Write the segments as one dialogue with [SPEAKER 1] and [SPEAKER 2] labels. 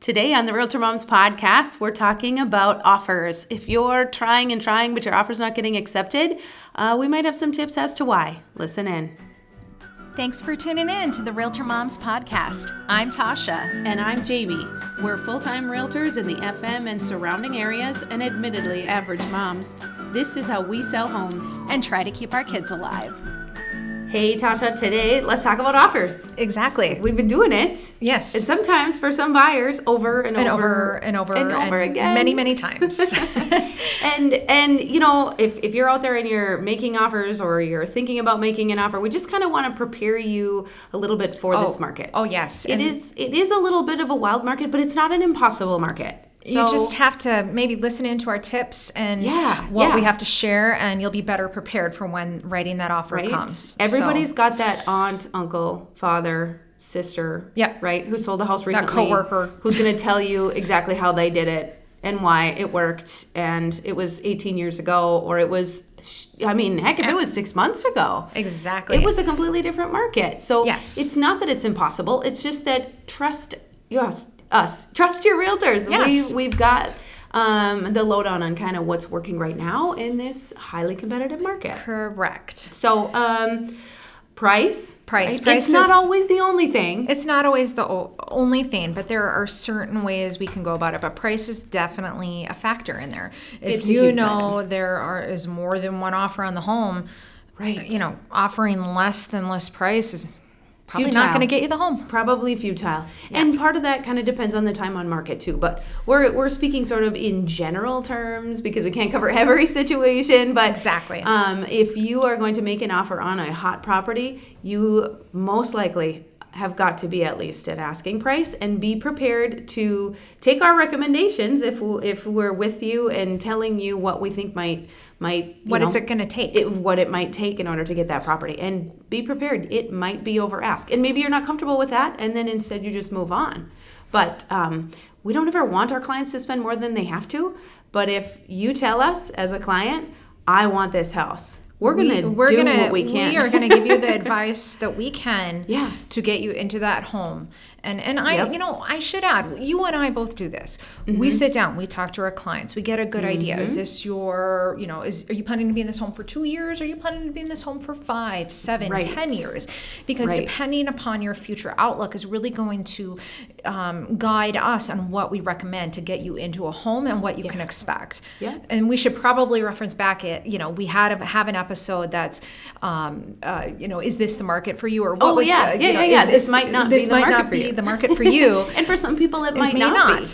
[SPEAKER 1] Today on the Realtor Moms podcast, we're talking about offers. If you're trying and trying, but your offer's not getting accepted, uh, we might have some tips as to why. Listen in.
[SPEAKER 2] Thanks for tuning in to the Realtor Moms Podcast. I'm Tasha.
[SPEAKER 1] And I'm Jamie. We're full time realtors in the FM and surrounding areas and admittedly average moms. This is how we sell homes.
[SPEAKER 2] And try to keep our kids alive.
[SPEAKER 1] Hey, Tasha, today let's talk about offers.
[SPEAKER 2] Exactly.
[SPEAKER 1] We've been doing it.
[SPEAKER 2] Yes.
[SPEAKER 1] And sometimes for some buyers over and,
[SPEAKER 2] and
[SPEAKER 1] over,
[SPEAKER 2] over and over
[SPEAKER 1] and over again.
[SPEAKER 2] Many, many times.
[SPEAKER 1] and and you know if, if you're out there and you're making offers or you're thinking about making an offer we just kind of want to prepare you a little bit for this market
[SPEAKER 2] Oh, yes.
[SPEAKER 1] it
[SPEAKER 2] and
[SPEAKER 1] is it is a little bit of a wild market but it's not an impossible market
[SPEAKER 2] You
[SPEAKER 1] So-
[SPEAKER 2] just have to maybe listen into our tips and
[SPEAKER 1] Yeah,
[SPEAKER 2] what we
[SPEAKER 1] yeah.
[SPEAKER 2] have to share, and you'll be better prepared for when writing that offer
[SPEAKER 1] right?
[SPEAKER 2] comes.
[SPEAKER 1] Everybody's
[SPEAKER 2] So,
[SPEAKER 1] got that aunt, uncle, father, sister,
[SPEAKER 2] Yep.
[SPEAKER 1] right, who sold a house recently,
[SPEAKER 2] coworker.
[SPEAKER 1] who's going to tell you exactly how they did it and why it worked, and it was 18 years ago, or it was, sh- I mean, heck, if it was six months ago,
[SPEAKER 2] Exactly.
[SPEAKER 1] it was a completely different market. So
[SPEAKER 2] Yes.
[SPEAKER 1] it's not that it's impossible. It's just that trust yes, us, trust your realtors.
[SPEAKER 2] Yes.
[SPEAKER 1] We, we've got. Um, the lowdown on kind of what's working right now in this highly competitive market.
[SPEAKER 2] correct.
[SPEAKER 1] So, um, price,
[SPEAKER 2] Price.
[SPEAKER 1] right?
[SPEAKER 2] Price
[SPEAKER 1] it's not
[SPEAKER 2] is-
[SPEAKER 1] always the only thing.
[SPEAKER 2] It's not always the o- only thing, but there are certain ways we can go about it. But price is definitely a factor in there. If
[SPEAKER 1] It's a
[SPEAKER 2] you
[SPEAKER 1] huge
[SPEAKER 2] know there are is more than one offer on the home,
[SPEAKER 1] Right.
[SPEAKER 2] You know, offering less than list price is probably not
[SPEAKER 1] Futile.
[SPEAKER 2] going to get you the home.
[SPEAKER 1] Probably futile, and part of that kind of depends on the time on market too. But we're we're speaking sort of in general terms because we can't cover every situation. But
[SPEAKER 2] Exactly.
[SPEAKER 1] um, if you are going to make an offer on a hot property, you most likely have got to be at least at asking price and be prepared to take our recommendations if we, if we're with you and telling you what we think might might you
[SPEAKER 2] What is
[SPEAKER 1] know,
[SPEAKER 2] it going to take?
[SPEAKER 1] it, what it might take in order to get that property and be prepared it might be over ask and maybe you're not comfortable with that and then instead you just move on but um, we don't ever want our clients to spend more than they have to but if you tell us as a client i want this house we're gonna
[SPEAKER 2] we're
[SPEAKER 1] do
[SPEAKER 2] gonna
[SPEAKER 1] what we can
[SPEAKER 2] are gonna give you the advice that we can
[SPEAKER 1] Yeah.
[SPEAKER 2] to get you into that home and and i
[SPEAKER 1] Yep. Mm-hmm.
[SPEAKER 2] you know i should add you and i both do this we sit down we talk to our clients we get a good idea is this your you know is are you planning to be in this home for two years are you planning to be in this home for five, seven, ten
[SPEAKER 1] Right.
[SPEAKER 2] years because
[SPEAKER 1] Right.
[SPEAKER 2] depending upon your future outlook is really going to um, guide us on what we recommend to get you into a home and what you can expect
[SPEAKER 1] Yeah.
[SPEAKER 2] and we should probably reference back it you know we had a, have an episode that's um, uh, you know is this the market for you or what
[SPEAKER 1] Oh,
[SPEAKER 2] was
[SPEAKER 1] yeah,
[SPEAKER 2] uh, you
[SPEAKER 1] yeah,
[SPEAKER 2] know,
[SPEAKER 1] yeah, yeah.
[SPEAKER 2] is
[SPEAKER 1] This might not
[SPEAKER 2] this
[SPEAKER 1] be the
[SPEAKER 2] might
[SPEAKER 1] market
[SPEAKER 2] not
[SPEAKER 1] for
[SPEAKER 2] be
[SPEAKER 1] you.
[SPEAKER 2] the market for you
[SPEAKER 1] and for some people it might
[SPEAKER 2] may
[SPEAKER 1] not,
[SPEAKER 2] not.
[SPEAKER 1] be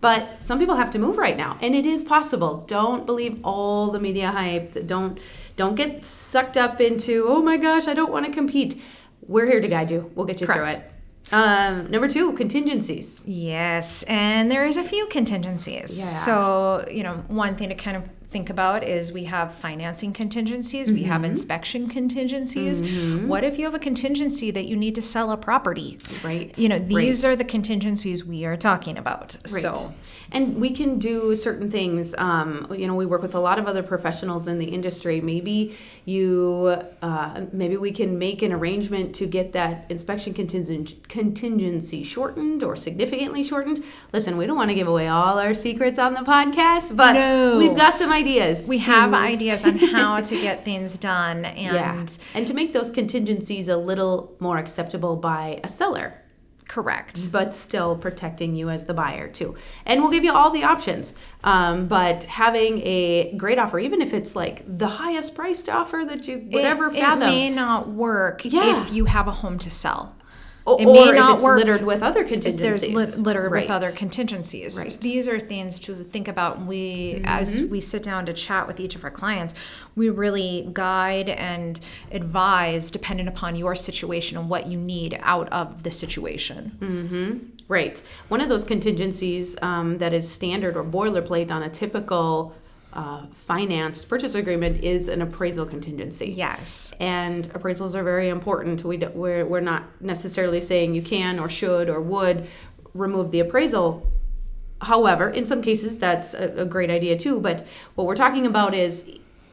[SPEAKER 1] but some people have to move right now and it is possible don't believe all the media hype don't don't get sucked up into oh my gosh i don't want to compete we're here to guide you we'll get you
[SPEAKER 2] Correct.
[SPEAKER 1] through it um, number two contingencies
[SPEAKER 2] Yes, and there is a few contingencies.
[SPEAKER 1] Yeah.
[SPEAKER 2] So, you know, one thing to kind of think about is we have financing contingencies, we have
[SPEAKER 1] Mm-hmm.
[SPEAKER 2] inspection contingencies. What if you have a contingency that you need to sell a property?
[SPEAKER 1] Right,
[SPEAKER 2] You know, these are the contingencies we are talking about. So,
[SPEAKER 1] So, and we can do certain things. Um, you know, we work with a lot of other professionals in the industry. Maybe you, uh, maybe we can make an arrangement to get that inspection contingent, contingency shortened or significantly shortened. Listen, we don't want to give away all our secrets on the podcast, but
[SPEAKER 2] No.
[SPEAKER 1] we've got some ideas.
[SPEAKER 2] we
[SPEAKER 1] to-
[SPEAKER 2] have ideas on how to get things done and
[SPEAKER 1] yeah, and to make those contingencies a little more acceptable by a seller.
[SPEAKER 2] correct.
[SPEAKER 1] but still protecting you as the buyer too. And we'll give you all the options. Um, but having a great offer, even if it's like the highest priced offer that you would
[SPEAKER 2] It-
[SPEAKER 1] ever
[SPEAKER 2] it,
[SPEAKER 1] fathom,
[SPEAKER 2] may not work
[SPEAKER 1] Yeah.
[SPEAKER 2] if you have a home to sell.
[SPEAKER 1] o-
[SPEAKER 2] it
[SPEAKER 1] or
[SPEAKER 2] may
[SPEAKER 1] if
[SPEAKER 2] not
[SPEAKER 1] it's
[SPEAKER 2] work
[SPEAKER 1] littered with other
[SPEAKER 2] if
[SPEAKER 1] contingencies.
[SPEAKER 2] there's lit- littered
[SPEAKER 1] Right.
[SPEAKER 2] with other contingencies. So these are things to think about. when We, as we sit down to chat with each of our clients, we really guide and advise depending upon your situation and what you need out of the situation.
[SPEAKER 1] Right. One of those contingencies um, that is standard or boilerplate on a typical uh, financed purchase agreement is an appraisal contingency.
[SPEAKER 2] Yes.
[SPEAKER 1] and appraisals are very important. We do, we're, we're not necessarily saying you can or should or would remove the appraisal. However, in some cases, that's a, a great idea too. But what we're talking about is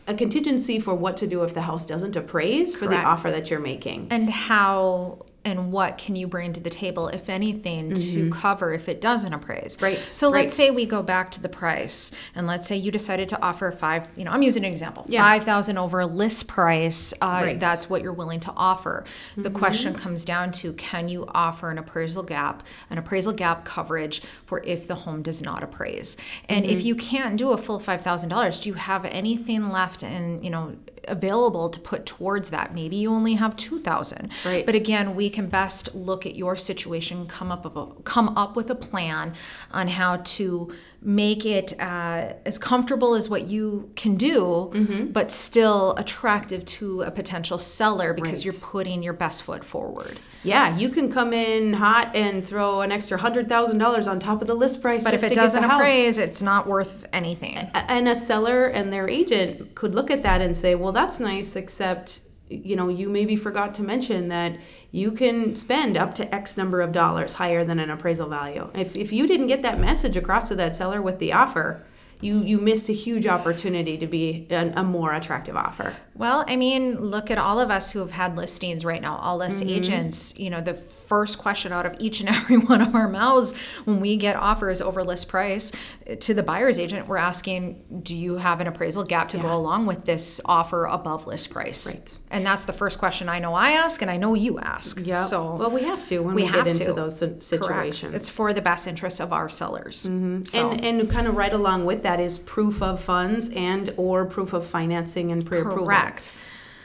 [SPEAKER 1] a contingency for what to do if the house doesn't appraise for
[SPEAKER 2] Correct.
[SPEAKER 1] Mm-hmm. the offer that you're making.
[SPEAKER 2] And how and what can you bring to the table, if anything, to cover if it doesn't appraise.
[SPEAKER 1] Mm-hmm. Right,
[SPEAKER 2] So
[SPEAKER 1] right.
[SPEAKER 2] let's say we go back to the price, and let's say you decided to offer five. You know, I'm using an example.
[SPEAKER 1] Yeah.
[SPEAKER 2] Five thousand over list price. Uh,
[SPEAKER 1] Right. Mm-hmm.
[SPEAKER 2] That's what you're willing to offer. The question comes down to: Can you offer an appraisal gap, an appraisal gap coverage for if the home does not appraise? And
[SPEAKER 1] Mm-hmm.
[SPEAKER 2] if you can't do a full five thousand dollars, do you have anything left? And you know available to put towards that maybe you only have 2000
[SPEAKER 1] Right.
[SPEAKER 2] but again we can best look at your situation come up with a, come up with a plan on how to make it uh, as comfortable as what you can do but still attractive to a potential seller
[SPEAKER 1] Right.
[SPEAKER 2] because you're putting your best foot forward
[SPEAKER 1] Yeah, you can come in hot and throw an extra hundred thousand dollars on top of the list price.
[SPEAKER 2] but
[SPEAKER 1] just
[SPEAKER 2] if
[SPEAKER 1] to
[SPEAKER 2] it
[SPEAKER 1] get the
[SPEAKER 2] doesn't
[SPEAKER 1] house.
[SPEAKER 2] appraise it's not worth anything
[SPEAKER 1] A- and a seller and their agent could look at that and say, "Well, that's nice, except you know, you maybe forgot to mention that you can spend up to X number of dollars higher than an appraisal value. If if you didn't get that message across to that seller with the offer." You, you missed a huge opportunity to be an, a more attractive offer.
[SPEAKER 2] Well, I mean, look at all of us who have had listings right now, all us
[SPEAKER 1] Mm-hmm.
[SPEAKER 2] agents. You know, the first question out of each and every one of our mouths when we get offers over list price eh, to the buyer's agent, we're asking, do you have an appraisal gap to go along with this offer above list price?
[SPEAKER 1] Right.
[SPEAKER 2] And that's the first question I know I ask and I know you ask.
[SPEAKER 1] Yeah.
[SPEAKER 2] So
[SPEAKER 1] well, we have to when
[SPEAKER 2] we
[SPEAKER 1] we,
[SPEAKER 2] have
[SPEAKER 1] get into
[SPEAKER 2] to.
[SPEAKER 1] those si-
[SPEAKER 2] correct.
[SPEAKER 1] situations.
[SPEAKER 2] It's for the best interest of our sellers. Mm-hmm. So.
[SPEAKER 1] And and kind of right along with that is proof of funds and or proof of financing and pre-approval.
[SPEAKER 2] Correct.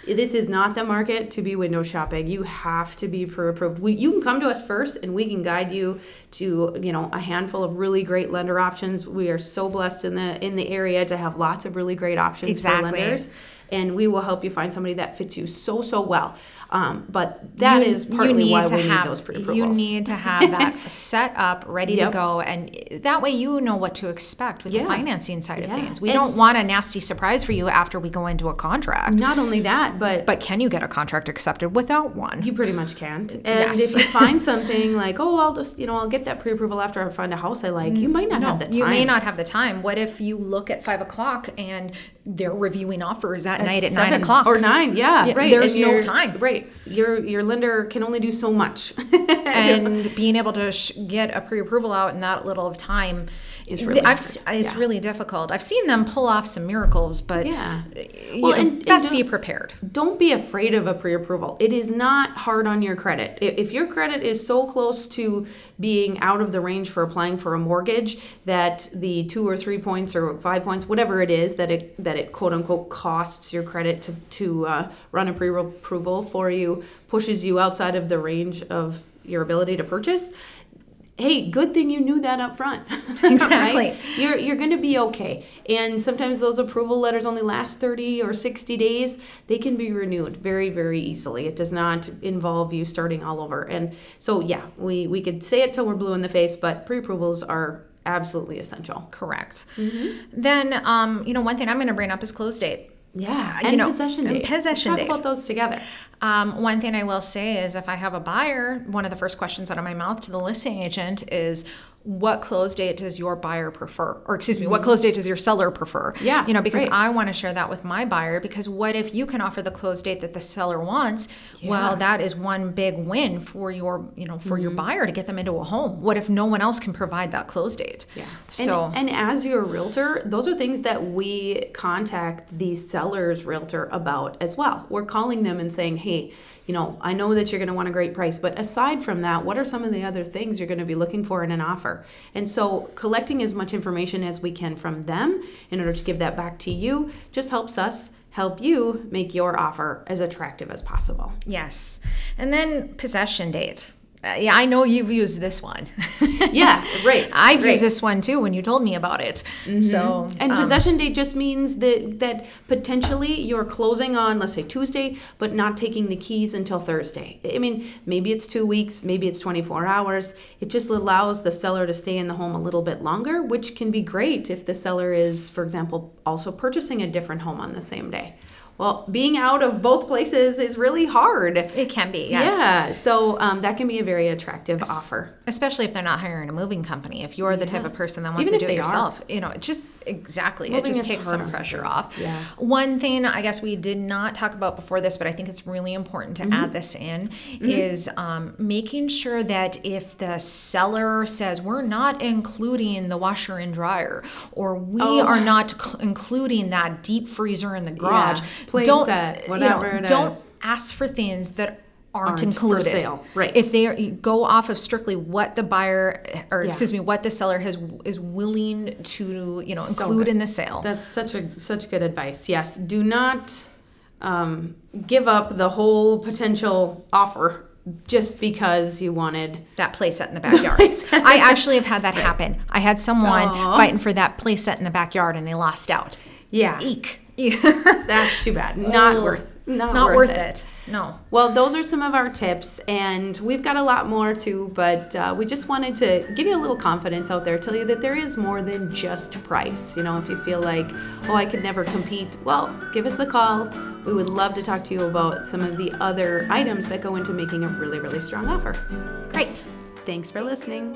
[SPEAKER 1] This is not the market to be window shopping. You have to be pre-approved. We, you can come to us first, and we can guide you to you know a handful of really great lender options. We are so blessed in the in the area to have lots of really great options
[SPEAKER 2] Exactly.
[SPEAKER 1] for lenders, and we will help you find somebody that fits you so so well. Um, but that is partly why we need those pre-approvals.
[SPEAKER 2] You need to have that set up, ready to
[SPEAKER 1] Yep.
[SPEAKER 2] go, and that way you know what to expect with the
[SPEAKER 1] Yeah.
[SPEAKER 2] financing side of
[SPEAKER 1] Yeah.
[SPEAKER 2] things. We
[SPEAKER 1] And-
[SPEAKER 2] don't want a nasty surprise for you after we go into a contract.
[SPEAKER 1] Not only that, but
[SPEAKER 2] But can you get a contract accepted without one?
[SPEAKER 1] You pretty much can't. And
[SPEAKER 2] Yes.
[SPEAKER 1] if you find something like, oh, I'll just, you know, I'll get that pre-approval after I find a house I like, you might not have that time.
[SPEAKER 2] Mm-hmm. You may not have the time. What if you look at five o'clock and they're reviewing offers that night at nine
[SPEAKER 1] Seven
[SPEAKER 2] o'clock?
[SPEAKER 1] or nine, yeah,
[SPEAKER 2] Yeah,
[SPEAKER 1] right.
[SPEAKER 2] there's no
[SPEAKER 1] you're-
[SPEAKER 2] time.
[SPEAKER 1] right? Your your lender can only do so much.
[SPEAKER 2] and being able to sh- get a pre-approval out in that little of time
[SPEAKER 1] Is
[SPEAKER 2] th-
[SPEAKER 1] really
[SPEAKER 2] I've,
[SPEAKER 1] hard,
[SPEAKER 2] s- it's
[SPEAKER 1] yeah.
[SPEAKER 2] really difficult. I've seen them pull off some miracles, but
[SPEAKER 1] Yeah.
[SPEAKER 2] you
[SPEAKER 1] Well,
[SPEAKER 2] know,
[SPEAKER 1] and- and
[SPEAKER 2] best be
[SPEAKER 1] don't-
[SPEAKER 2] prepared.
[SPEAKER 1] Don't be afraid of a pre-approval. It is not hard on your credit. I- If your credit is so close to being out of the range for applying for a mortgage that the two or three points or five points, whatever it is that it that it quote unquote costs your credit to to uh, run a pre-approval for you pushes you outside of the range of your ability to purchase. Hey, good thing you knew that up front.
[SPEAKER 2] Exactly.
[SPEAKER 1] Right? you're you're going to be okay. And sometimes those approval letters only last 30 or 60 days. They can be renewed very very easily. It does not involve you starting all over. And so yeah, we we could say it till we're blue in the face, but pre-approvals are absolutely essential.
[SPEAKER 2] Correct.
[SPEAKER 1] Mm-hmm.
[SPEAKER 2] Then, um, you know, one thing I'm going to bring up is close date.
[SPEAKER 1] Yeah,
[SPEAKER 2] you
[SPEAKER 1] and
[SPEAKER 2] know,
[SPEAKER 1] possession
[SPEAKER 2] and
[SPEAKER 1] date.
[SPEAKER 2] possession
[SPEAKER 1] Let's
[SPEAKER 2] date.
[SPEAKER 1] Talk about those together.
[SPEAKER 2] Um, one thing I will say is if I have a buyer, one of the first questions out of my mouth to the listing agent is, what close date does your buyer prefer? Or excuse me, what close date does your seller prefer?
[SPEAKER 1] Mm-hmm. Yeah,
[SPEAKER 2] You know, because
[SPEAKER 1] right.
[SPEAKER 2] I want to share that with my buyer because what if you can offer the close date that the seller wants? Well,
[SPEAKER 1] Yeah. Mm-hmm.
[SPEAKER 2] that is one big win for your, you know, for your buyer to get them into a home. What if no one else can provide that close date?
[SPEAKER 1] Yeah.
[SPEAKER 2] So
[SPEAKER 1] and, and as your realtor, those are things that we contact the seller's realtor about as well. We're calling them and saying, "Hey, you know, I know that you're going to want a great price, but aside from that, what are some of the other things you're going to be looking for in an offer?" And so, collecting as much information as we can from them in order to give that back to you just helps us help you make your offer as attractive as possible.
[SPEAKER 2] yes. And then possession date. Uh, yeah, I know you've used this one.
[SPEAKER 1] Yeah, right.
[SPEAKER 2] I've
[SPEAKER 1] right.
[SPEAKER 2] used this one too when you told me about it. So
[SPEAKER 1] Mm-hmm.
[SPEAKER 2] um,
[SPEAKER 1] And possession date just means that that potentially you're closing on, let's say Tuesday, but not taking the keys until Thursday. I mean, maybe it's two weeks, maybe it's 24 hours. It just allows the seller to stay in the home a little bit longer, which can be great if the seller is, for example, also purchasing a different home on the same day. well, being out of both places is really hard.
[SPEAKER 2] It can be, yes.
[SPEAKER 1] Yeah, so um, that can be a very attractive offer.
[SPEAKER 2] Especially if they're not hiring a moving company. If you're the type of person that wants
[SPEAKER 1] Even
[SPEAKER 2] to
[SPEAKER 1] if
[SPEAKER 2] do it
[SPEAKER 1] they are.
[SPEAKER 2] yourself, you know, it just exactly.
[SPEAKER 1] Moving
[SPEAKER 2] it just
[SPEAKER 1] is
[SPEAKER 2] takes some
[SPEAKER 1] harder.
[SPEAKER 2] pressure off.
[SPEAKER 1] Yeah.
[SPEAKER 2] One thing I guess we did not talk about before this, but I think it's really important to
[SPEAKER 1] Mm-hmm.
[SPEAKER 2] add this in is um, making sure that if the seller says we're not including the washer and dryer, or we
[SPEAKER 1] Oh.
[SPEAKER 2] are not cl- including that deep freezer in the garage,
[SPEAKER 1] play
[SPEAKER 2] don't
[SPEAKER 1] set,
[SPEAKER 2] you know,
[SPEAKER 1] whatever it
[SPEAKER 2] don't
[SPEAKER 1] is.
[SPEAKER 2] ask for things that. Aren't,
[SPEAKER 1] Aren't for
[SPEAKER 2] included.
[SPEAKER 1] sale, right.
[SPEAKER 2] If they are, you go off of strictly what the buyer, or
[SPEAKER 1] Yeah.
[SPEAKER 2] excuse me, what the seller has is willing to, you know,
[SPEAKER 1] So
[SPEAKER 2] include
[SPEAKER 1] good.
[SPEAKER 2] in the sale.
[SPEAKER 1] That's such a such good advice. Yes, do not um, give up the whole potential offer just because you wanted.
[SPEAKER 2] that playset in the backyard. I actually have had that happen. I had someone
[SPEAKER 1] Aw.
[SPEAKER 2] fighting for that playset in the backyard and they lost out.
[SPEAKER 1] Yeah,
[SPEAKER 2] Eek.
[SPEAKER 1] that's too bad. Not
[SPEAKER 2] Ugh.
[SPEAKER 1] worth. Not,
[SPEAKER 2] Not
[SPEAKER 1] worth, it.
[SPEAKER 2] worth it. No.
[SPEAKER 1] Well, those are some of our tips, and we've got a lot more too, but uh, we just wanted to give you a little confidence out there, tell you that there is more than just price. You know, if you feel like, oh, I could never compete, well, give us a call. We would love to talk to you about some of the other items that go into making a really, really strong offer.
[SPEAKER 2] Great.
[SPEAKER 1] Thanks for listening.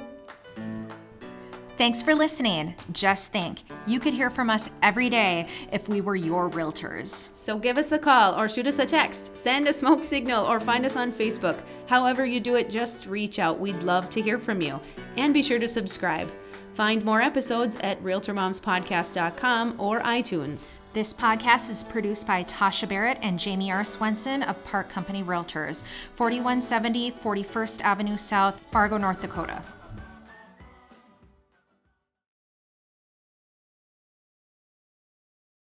[SPEAKER 3] Thanks for listening. Just think, you could hear from us every day if we were your realtors.
[SPEAKER 1] So give us a call or shoot us a text, send a smoke signal, or find us on Facebook. However, you do it, just reach out. We'd love to hear from you. And be sure to subscribe. Find more episodes at RealtorMomsPodcast.com or iTunes.
[SPEAKER 3] This podcast is produced by Tasha Barrett and Jamie R. Swenson of Park Company Realtors, 4170 41st Avenue South, Fargo, North Dakota.